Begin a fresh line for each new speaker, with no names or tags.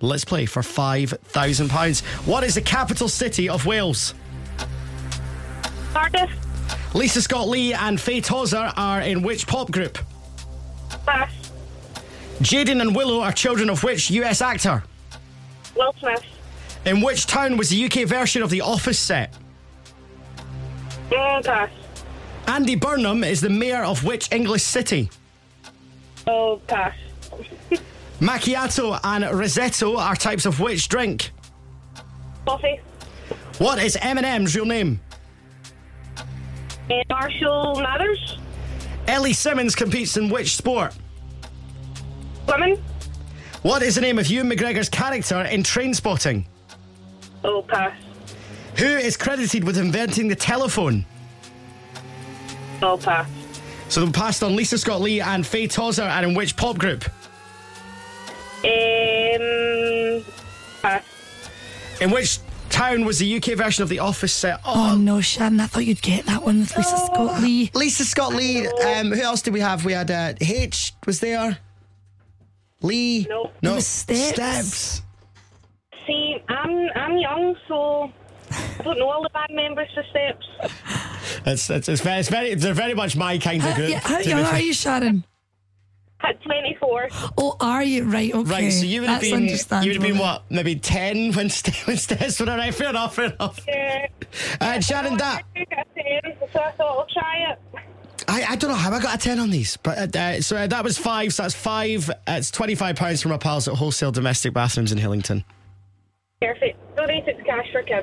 Let's play for £5,000. What is the capital city of Wales?
Cardiff,
Lisa Scott Lee and Faye Tozer are in which pop group?
Bash,
Jaden and Willow are children of which US actor?
Will Smith,
In which town was the UK version of The Office set?
mm, Pass,
Andy Burnham is the mayor of which English city?
Oh Pass,
Macchiato and Rosetto are types of which drink?
Coffee,
What is Eminem's real name?
eh, Marshall Mathers,
Ellie Simmons competes in which sport?
Women,
What is the name of Hugh McGregor's character in Train Spotting?
Oh Pass,
Who is credited with inventing the telephone?
Oh Pass,
So they passed on Lisa Scott Lee and Faye Tozer, and in which pop group?
um, Pass,
In which town was the UK version of The Office set?
Oh
Oh,
no, Shannon, I thought you'd get that one with Lisa Scott Lee.
Lisa Scott Lee. Um, who else did we have? We had uh, H was there. Lee.
Nope.
It
no.
was Steps.
Steps.
See, I'm I'm young, so I don't know all the band members for steps.
It's, it's, it's, very, it's very, they're very much my kind of
How,
group.
yeah, how
to be
young
fair.
are you, Sharon?
At 24,
Oh, are you right? Okay,
Right, so you would have
That's
been, you would have
understandable.
been what, maybe 10 when St- when Steps were around? Fair enough, fair enough.
yeah.
Uh, Sharon, that.
I took a 10, so I thought I'll try it.
I, I don't know how I got a 10 on these, but uh, uh, so uh, that was five. So that's five. Uh, it's £25 from our pals at Wholesale Domestic Bathrooms in Hillington.
Perfect. Donate it to Cash for Kids.